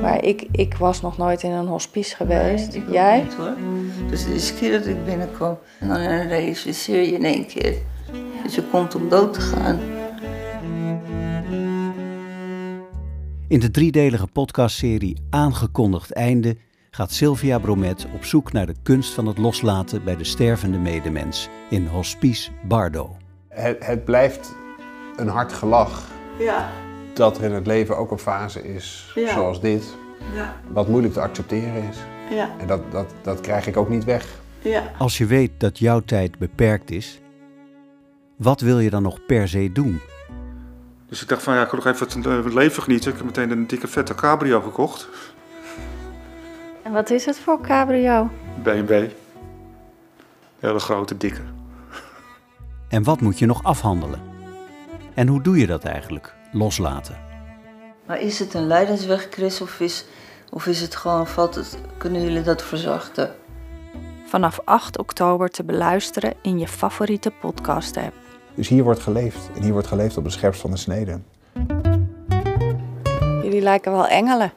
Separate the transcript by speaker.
Speaker 1: Maar ik, ik was nog nooit in een hospice geweest.
Speaker 2: Nee, ik ook
Speaker 1: Jij?
Speaker 2: niet, hoor. Dus de eerste keer dat ik binnenkwam, en dan realiseer je in één keer dat je komt om dood te gaan.
Speaker 3: In de driedelige podcastserie Aangekondigd Einde gaat Sylvia Bromet op zoek naar de kunst van het loslaten bij de stervende medemens in Hospice Bardo.
Speaker 4: Het, het blijft een hard gelach
Speaker 5: Ja,
Speaker 4: dat er in het leven ook een fase is
Speaker 5: Ja.
Speaker 4: zoals dit,
Speaker 5: ja,
Speaker 4: wat moeilijk te accepteren is.
Speaker 5: ja,
Speaker 4: En dat, dat, dat krijg ik ook niet weg.
Speaker 5: ja.
Speaker 3: Als je weet dat jouw tijd beperkt is, wat wil je dan nog per se doen?
Speaker 6: Dus ik dacht van ja, ik wil nog even het eh, leven genieten. Ik heb meteen een dikke vette cabrio gekocht.
Speaker 1: En wat is het voor cabrio?
Speaker 6: BMW. Een Hele grote, dikke.
Speaker 3: En wat moet je nog afhandelen? En hoe doe je dat eigenlijk? Loslaten.
Speaker 2: Maar is het een leidensweg, Chris, of is, of is het gewoon, valt het, kunnen jullie dat verzachten?
Speaker 1: Vanaf 8 oktober te beluisteren in je favoriete podcast app.
Speaker 4: Dus hier wordt geleefd. En hier wordt geleefd op de scherpst van de snede.
Speaker 1: Jullie lijken wel engelen.